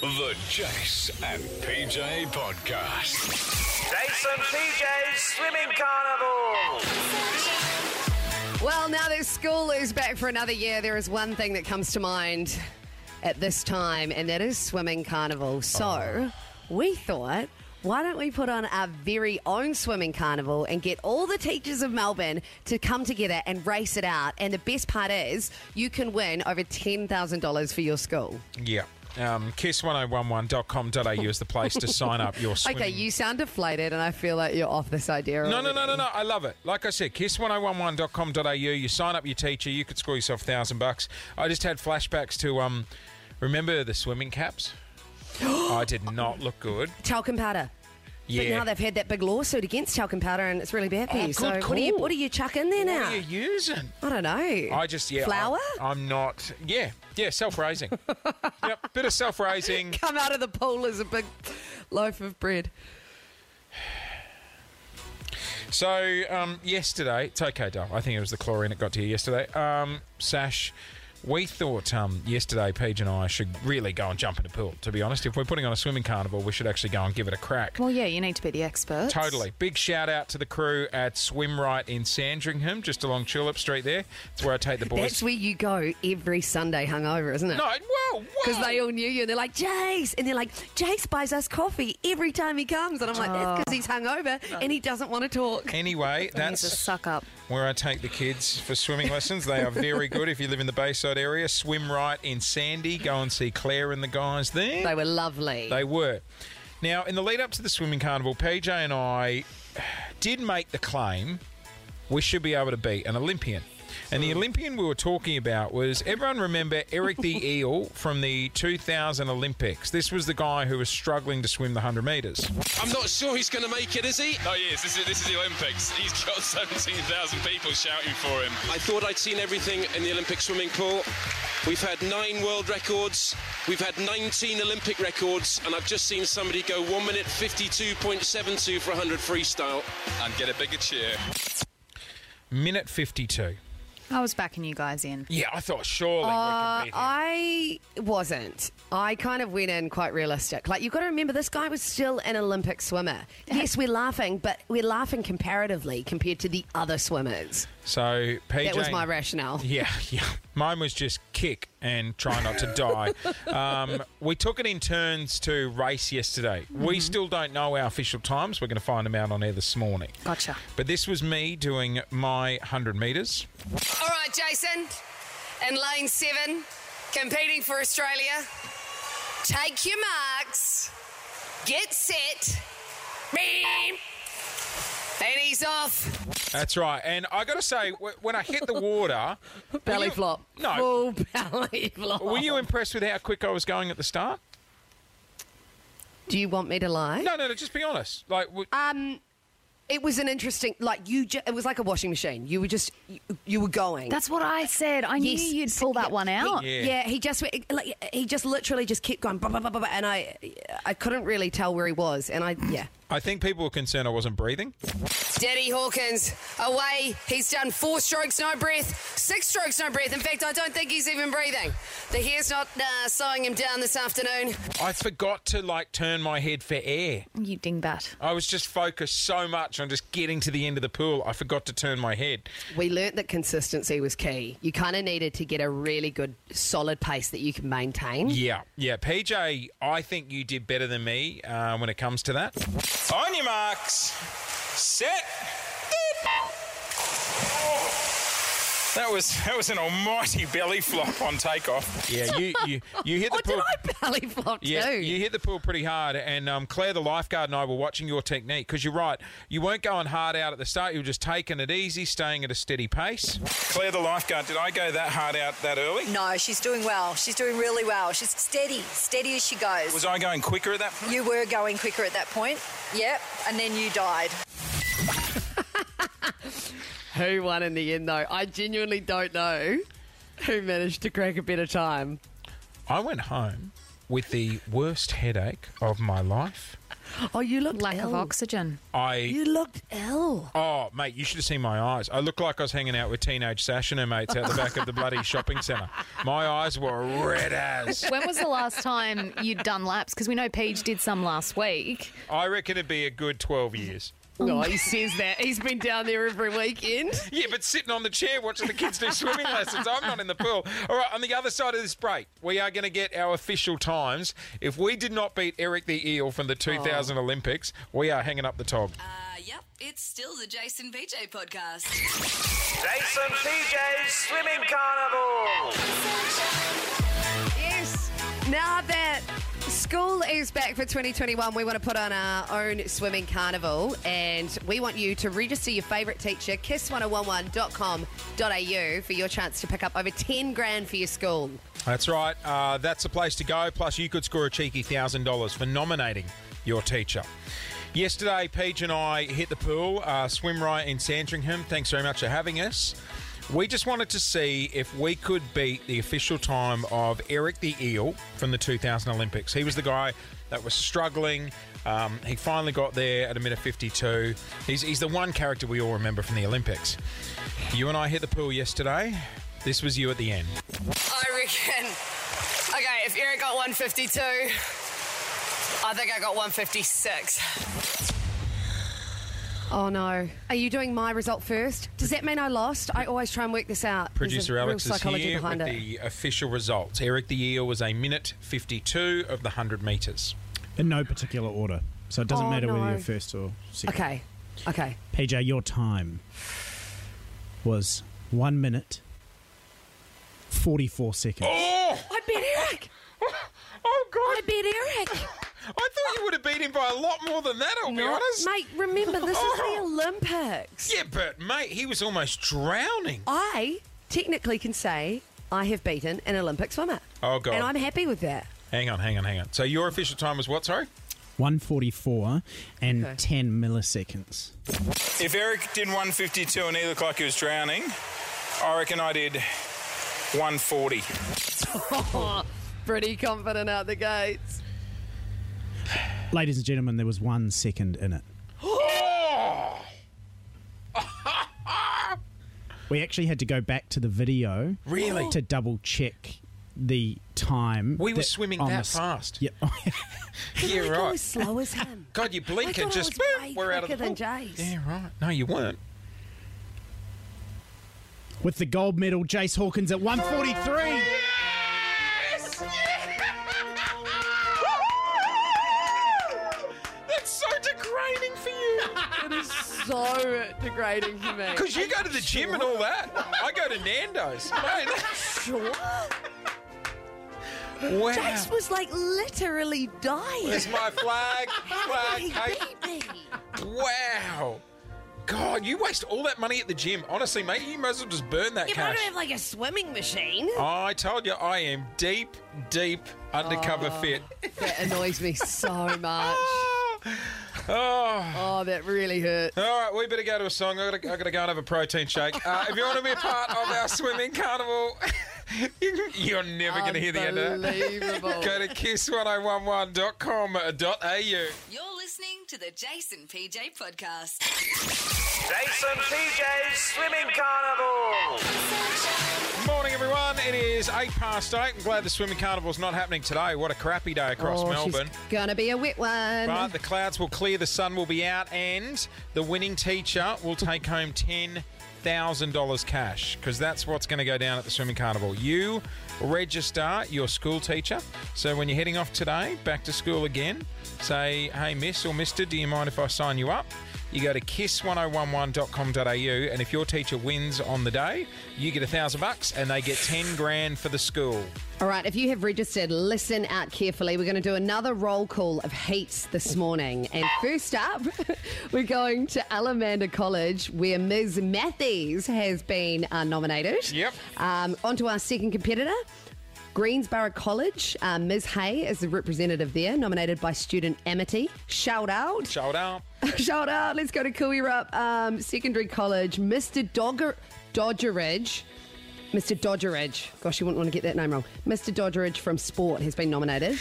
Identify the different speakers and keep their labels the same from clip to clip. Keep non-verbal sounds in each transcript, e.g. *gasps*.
Speaker 1: The Jace and PJ Podcast.
Speaker 2: Jason PJ's Swimming Carnival.
Speaker 3: Well, now that school is back for another year, there is one thing that comes to mind at this time, and that is swimming carnival. So we thought. Why don't we put on our very own swimming carnival and get all the teachers of Melbourne to come together and race it out? And the best part is, you can win over $10,000 for your school.
Speaker 4: Yeah. Um, kiss1011.com.au is the place to sign up your swimming.
Speaker 3: *laughs* Okay, you sound deflated, and I feel like you're off this idea.
Speaker 4: No, no,
Speaker 3: already.
Speaker 4: no, no, no. I love it. Like I said, kiss1011.com.au. You sign up your teacher, you could score yourself a thousand bucks. I just had flashbacks to um, remember the swimming
Speaker 3: *gasps*
Speaker 4: caps? I did not look good.
Speaker 3: Talcum powder. But
Speaker 4: Yeah.
Speaker 3: now they've had that big lawsuit against talcum powder, and it's really bad for
Speaker 4: Oh,
Speaker 3: you.
Speaker 4: good
Speaker 3: So what do you
Speaker 4: call.
Speaker 3: what do you chuck in there
Speaker 4: What
Speaker 3: now?
Speaker 4: are you using?
Speaker 3: I don't know.
Speaker 4: I just, yeah.
Speaker 3: flour.
Speaker 4: I, am not. Yeah. Yeah, self raising. yep. Bit of self raising.
Speaker 3: *laughs* Come out of the pool as a big loaf of bread.
Speaker 4: So um, yesterday, it's okay, Dale. I think it was the chlorine that got to you yesterday. Um, Sash, we thought um, yesterday, Paige and I should really go and jump in the pool. To be honest, if we're putting on a swimming carnival, we should actually go and give it a crack.
Speaker 5: Well, yeah, you need to be the expert.
Speaker 4: Totally. Big shout out to the crew at Swim Right in Sandringham, just along Tulip Street. There, it's where I take the boys.
Speaker 3: That's where you go every Sunday hungover, isn't it?
Speaker 4: no, whoa, whoa.
Speaker 3: Because they all knew you, and they're like, Jace. And they're like, Jace buys us coffee every time he comes. And I'm like, that's because he's hungover
Speaker 4: Oh.
Speaker 3: and he doesn't want
Speaker 4: *laughs*
Speaker 3: to talk.
Speaker 4: Anyway,
Speaker 5: That's a
Speaker 4: that's
Speaker 5: suck up.
Speaker 4: where I take the kids for
Speaker 3: *laughs*
Speaker 4: swimming lessons. They are very good if you live in the Bayside area. Swim right in Sandy. Go and see Claire and the guys there.
Speaker 3: They were lovely.
Speaker 4: They were. Now, in the lead up to the swimming carnival, PJ and I did make the claim we should be able to beat an Olympian. And the Olympian we were talking about was everyone remember Eric
Speaker 3: *laughs*
Speaker 4: the Eel from the 2000 Olympics. This was the guy who was struggling to swim the 100 metres.
Speaker 6: I'm not sure he's going to make it, is he?
Speaker 7: No, he is. Oh, This is, this is the Olympics. He's got 17,000 people shouting for him.
Speaker 6: I thought I'd seen everything in the Olympic swimming pool. We've had nine world records, we've had 19 Olympic records, and I've just seen somebody go 1 minute 52.72 for 100 freestyle.
Speaker 7: And get a bigger cheer.
Speaker 4: Minute 52.
Speaker 5: I was backing you guys in.
Speaker 4: Yeah, I thought surely
Speaker 3: Uh,
Speaker 4: we could beat him.
Speaker 3: I wasn't. I kind of went in quite realistic. Like you've got to remember, this guy was still an Olympic swimmer. Yes, we're laughing, but we're laughing comparatively compared to the other swimmers.
Speaker 4: So PJ,
Speaker 3: That was my *laughs* rationale.
Speaker 4: Yeah, yeah. Mine was just kick and try not to die. um, we took it in turns to race yesterday. We still don't know our official times. We're going to find them out on air this morning.
Speaker 5: Gotcha.
Speaker 4: But this was me doing my 100 metres.
Speaker 3: All right, Jason, in lane seven, competing for Australia. Take your marks, get set, beam, and he's off.
Speaker 4: That's right. And I got to say, w- when I hit the water, were
Speaker 3: Belly
Speaker 4: you-
Speaker 3: flop.
Speaker 4: No.
Speaker 3: full belly flop.
Speaker 4: Were you impressed with how quick I was going at the start?
Speaker 3: Do you want me to lie?
Speaker 4: No, no, no. Just be honest. Like, w-
Speaker 3: Um, it was an interesting, like you. Ju- it was like a washing machine. You were just, you, you were going.
Speaker 5: That's what I said. I knew
Speaker 3: Yes.
Speaker 5: you'd pull that one out.
Speaker 3: He,
Speaker 4: Yeah.
Speaker 3: yeah. he just went- like he just literally just kept going, blah, blah, blah, blah, blah, and I, I couldn't really tell where he was, and I, yeah.
Speaker 4: I think people were concerned I wasn't breathing.
Speaker 3: Daddy Hawkins away. He's done four strokes, no breath, six strokes, no breath. In fact, I don't think he's even breathing. The hair's not uh, slowing him down this afternoon.
Speaker 4: I forgot to like turn my head for air.
Speaker 5: You dingbat.
Speaker 4: I was just focused so much on just getting to the end of the pool, I forgot to turn my head.
Speaker 3: We learnt that consistency was key. You kind of needed to get a really good, solid pace that you can maintain.
Speaker 4: Yeah, yeah. PJ, I think you did better than me uh, when it comes to that. On your marks, set. That was that was an almighty belly flop on takeoff. Yeah, you you, you hit the pool.
Speaker 3: Oh, *laughs* did I belly flop
Speaker 4: Yeah,
Speaker 3: too?
Speaker 4: you hit the pool pretty hard, and um, Claire, the lifeguard, and I were watching your technique because you're right. You weren't going hard out at the start. You were just taking it easy, staying at a steady pace. Claire, the lifeguard, did I go that hard out that early?
Speaker 8: No, she's doing well. She's doing really well. She's steady, steady as she goes.
Speaker 4: I going quicker at that point?
Speaker 8: you were going quicker at that point. Yep. And then you died.
Speaker 3: Who won in the end, though? I genuinely don't know who managed to crack a better time.
Speaker 4: I went home with the worst headache of my life.
Speaker 9: Oh, you looked
Speaker 5: Lack
Speaker 9: ill.
Speaker 5: of oxygen.
Speaker 4: I
Speaker 9: You looked ill.
Speaker 4: oh mate, you should have seen my eyes. I looked like I was hanging out with teenage Sash and her mates out the back of the bloody shopping centre. My eyes were red
Speaker 9: *laughs*
Speaker 4: as.
Speaker 5: When was the last time you'd done laps? Because we know Paige did some last week.
Speaker 4: I reckon it'd be a good twelve years.
Speaker 3: Oh,
Speaker 9: No, he says that. He's been down there every weekend.
Speaker 4: *laughs* Yeah, but sitting on the chair watching the kids do swimming lessons. I'm not in the pool. All right, on the other side of this break, we are going to get our official times. If we did not beat Eric the Eel from the 2000 Olympics, we are hanging up the tog.
Speaker 8: Uh, Yep, it's still the Jason PJ podcast.
Speaker 2: Jason PJ's Swimming Carnival.
Speaker 9: Yes. Now that school is back for 2021, we want to put on our own swimming carnival and we want you to register your favourite teacher, kiss1011.com.au, for your chance to pick up over 10 grand for your school.
Speaker 4: That's right. Uh, that's the place to go. Plus, you could score a cheeky thousand dollars for nominating your teacher. Yesterday, Peach and I hit the pool, uh, swim right in Sandringham. Thanks very much for having us. We just wanted to see if we could beat the official time of Eric the Eel from the 2000 Olympics. He was the guy that was struggling. Um, he finally got there at a minute 52. He's, he's the one character we all remember from the Olympics. You and I hit the pool yesterday. This was you at the end.
Speaker 3: I reckon. Okay, if Eric got 152, I think I got 156.
Speaker 9: Oh no. Are you doing my result first? Does that mean I lost? I always try and work this out. There's
Speaker 4: Producer
Speaker 9: a
Speaker 4: Alex
Speaker 9: real
Speaker 4: is
Speaker 9: psychology
Speaker 4: here with
Speaker 9: behind it.
Speaker 4: the official results. Eric the Eel was a minute 52 of the 100 metres.
Speaker 10: In no particular order. So it doesn't
Speaker 9: Oh,
Speaker 10: matter
Speaker 9: no.
Speaker 10: whether you're first or second.
Speaker 9: Okay. Okay.
Speaker 10: PJ, your time was one minute, 44 seconds.
Speaker 7: Oh.
Speaker 9: I beat Eric.
Speaker 4: Oh,
Speaker 9: I
Speaker 4: God.
Speaker 9: beat Eric.
Speaker 4: I thought you would have beat him by a lot more than that, I'll be honest.
Speaker 9: Mate, remember, this
Speaker 4: *laughs*
Speaker 9: is the Olympics.
Speaker 4: Yeah, but, mate, he was almost drowning.
Speaker 9: I technically can say I have beaten an Olympic swimmer.
Speaker 4: Oh, God.
Speaker 9: And I'm happy with that.
Speaker 4: Hang on, hang on, hang on. So your official time was what, sorry?
Speaker 10: 144 and
Speaker 9: Okay.
Speaker 10: 10 milliseconds.
Speaker 11: If Eric did 152 and he looked like he was drowning, I reckon I did 140.
Speaker 9: Pretty confident out the gates.
Speaker 10: Ladies and gentlemen, there was one second in it. we actually had to go back to the video
Speaker 4: Really?
Speaker 10: to double check the time.
Speaker 4: We were swimming
Speaker 10: on
Speaker 4: that
Speaker 10: the s-
Speaker 4: fast.
Speaker 10: Yep. *laughs*
Speaker 4: Yeah,
Speaker 9: Like I was
Speaker 4: right.
Speaker 9: slow as him.
Speaker 4: *laughs* God, you
Speaker 9: I
Speaker 4: blink
Speaker 9: thought
Speaker 4: and
Speaker 9: I
Speaker 4: just
Speaker 9: was
Speaker 4: boop,
Speaker 9: way
Speaker 4: we're out of the
Speaker 9: quicker than
Speaker 4: pool.
Speaker 9: Jace.
Speaker 4: Yeah, right. No, you weren't.
Speaker 10: With the gold medal, Jace Hawkins at
Speaker 4: Oh,
Speaker 10: 143.
Speaker 4: That's so degrading for you.
Speaker 9: So degrading for me.
Speaker 4: Because you go to the gym and all that. I go to
Speaker 9: *laughs*
Speaker 4: Nando's. Mate,
Speaker 9: Sure.
Speaker 4: wow.
Speaker 9: Jace was like literally dying.
Speaker 4: There's my flag. Flag.
Speaker 9: He
Speaker 4: hey.
Speaker 9: beat me.
Speaker 4: Wow. God, you waste all that money at the gym. Honestly, mate, you might as well just burn that
Speaker 9: Yeah, but I
Speaker 4: cash.
Speaker 9: don't have like a swimming machine.
Speaker 4: I told you, I am deep, deep undercover
Speaker 9: Oh. *laughs*
Speaker 4: fit. Ah.
Speaker 9: That annoys me so much.
Speaker 4: *laughs* Oh.
Speaker 9: Oh, that really hurt.
Speaker 4: All right, we better go to a song. i got to, i got to go and have a protein shake. Uh, if you want to be a part of our swimming carnival, *laughs* you're never going to hear the end of that. *laughs*
Speaker 9: Unbelievable.
Speaker 4: Go to kiss1011.com.au.
Speaker 8: You're listening to the Jason PJ podcast.
Speaker 2: Jason PJ's Swimming Carnival.
Speaker 4: Morning, everyone. It is eight past eight. I'm glad the swimming carnival's not happening today. What a crappy day across
Speaker 9: Oh, she's
Speaker 4: Melbourne.
Speaker 9: gonna be a wet one.
Speaker 4: But the clouds will clear, the sun will be out, and the winning teacher will take home ten thousand dollars cash because that's what's going to go down at the swimming carnival. You register your school teacher, so when you're heading off today back to school again, say, "Hey, Miss or Mister, do you mind if I sign you up?" You go to kiss1011.com.au, and if your teacher wins on the day, you get a thousand bucks, and they get ten grand for the school.
Speaker 9: All right, if you have registered, listen out carefully. We're going to do another roll call of heats this morning. And first up, *laughs* we're going to Alamanda College, where Ms. Matthews has been uh, nominated.
Speaker 4: Yep.
Speaker 9: Um, on to our second competitor. Greensborough College, uh, Ms. Hay is the representative there, nominated by student Amity. Shout out.
Speaker 4: Shout out.
Speaker 3: *laughs*
Speaker 9: Shout out. Let's go to Cooey Rup um, Secondary College. Mr. Dogger, Dodgeridge
Speaker 3: Mr. Dodgeridge. Gosh, you wouldn't want to get that name wrong. Mr. Dodgeridge from Sport has been nominated.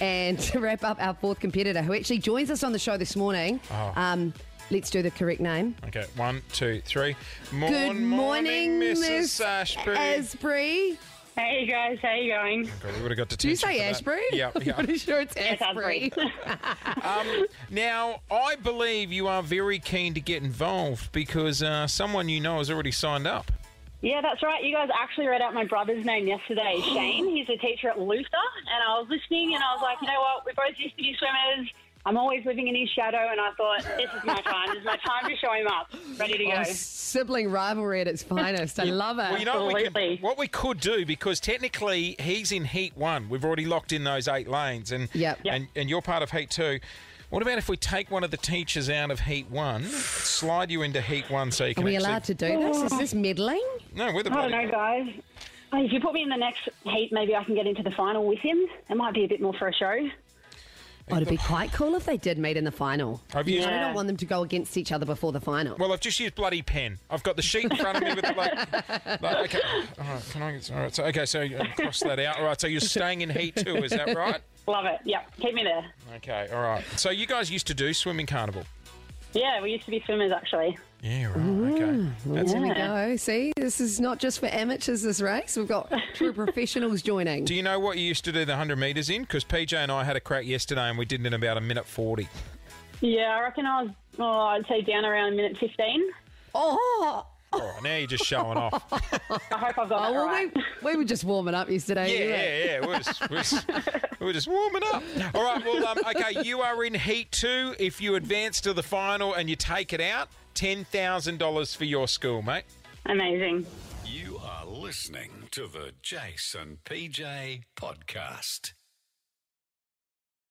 Speaker 3: And *laughs* to wrap up, our fourth competitor, who actually joins us on the show this morning.
Speaker 4: Oh.
Speaker 3: Um, let's do the correct name.
Speaker 4: Okay, one, two, three. Morn-
Speaker 3: Good morning,
Speaker 4: Mrs.
Speaker 3: Miss
Speaker 4: Ashbury. Oh,
Speaker 3: Asbury.
Speaker 9: Hey guys, how you going?
Speaker 4: God, we would have got
Speaker 3: Did you
Speaker 4: detention
Speaker 3: say
Speaker 4: for that.
Speaker 3: Ashbury? *laughs*
Speaker 4: Yeah, yeah.
Speaker 3: I'm pretty sure it's
Speaker 9: Yes,
Speaker 3: Asbury.
Speaker 4: um, now, I believe you are very keen to get involved because uh, someone you know has already signed up.
Speaker 9: Yeah, that's right. You guys actually read out my brother's
Speaker 4: *gasps*
Speaker 9: name yesterday, Shane. He's a teacher at Luther, and I was listening, and I was like, you know what? We both used to be swimmers. I'm always living in his shadow, and I thought, this is my time. This is my time to show him up. Ready to go.
Speaker 3: Oh, sibling rivalry at its finest. I love it.
Speaker 4: Well, you know what we, can, what we could do because technically he's in heat one. We've already locked in those eight lanes, and
Speaker 3: Yep. Yep.
Speaker 4: and and you're part of heat two. What about if we take one of the teachers out of heat one, slide you into heat one, so you
Speaker 3: Are
Speaker 4: can
Speaker 3: we
Speaker 4: actually-
Speaker 3: allowed to do this? Is this meddling?
Speaker 4: No, we're the
Speaker 9: I don't
Speaker 4: bloody-
Speaker 9: know, guys. Uh, If you put me in the next heat, maybe I can get into the final with him. It might be a bit more for a show.
Speaker 3: Oh, it'd be quite cool if they did meet in the final.
Speaker 4: I've
Speaker 3: You
Speaker 4: used-
Speaker 3: know, I
Speaker 4: Yeah.
Speaker 3: don't want them to go against each other before the final.
Speaker 4: Well, I've just used bloody pen. I've got the sheet in front of me with the like, like, okay. All right, can I get all right? So okay, so uh, cross that out. All right, so you're staying in heat two, is that right?
Speaker 9: Love it. Yep, keep me there.
Speaker 4: Okay, all right. So you guys used to do swimming carnival.
Speaker 9: Yeah, we used to be swimmers, actually.
Speaker 4: Yeah, right. Okay,
Speaker 3: Well,
Speaker 4: That's-
Speaker 3: there we go. See, this is not just for amateurs, this race. We've
Speaker 9: *laughs*
Speaker 3: got true professionals joining.
Speaker 4: Do you know what you used to do the 100 metres in? Because PJ and I had a crack yesterday and we did it in about a minute 40.
Speaker 9: Yeah, I reckon I was, oh, I'd say down around minute 15.
Speaker 3: Oh!
Speaker 4: Oh, now you're just showing off.
Speaker 9: I hope I've got
Speaker 3: Oh,
Speaker 9: that
Speaker 3: well,
Speaker 9: right.
Speaker 3: we, we were just warming up
Speaker 4: Yeah,
Speaker 3: yesterday.
Speaker 4: yeah, yeah. We're just, we're just, we're just warming up. All right, well, um, okay, you are in heat two. If you advance to the final and you take it out, $10,000 for your school, mate.
Speaker 9: Amazing.
Speaker 1: You are listening to the Jason PJ podcast.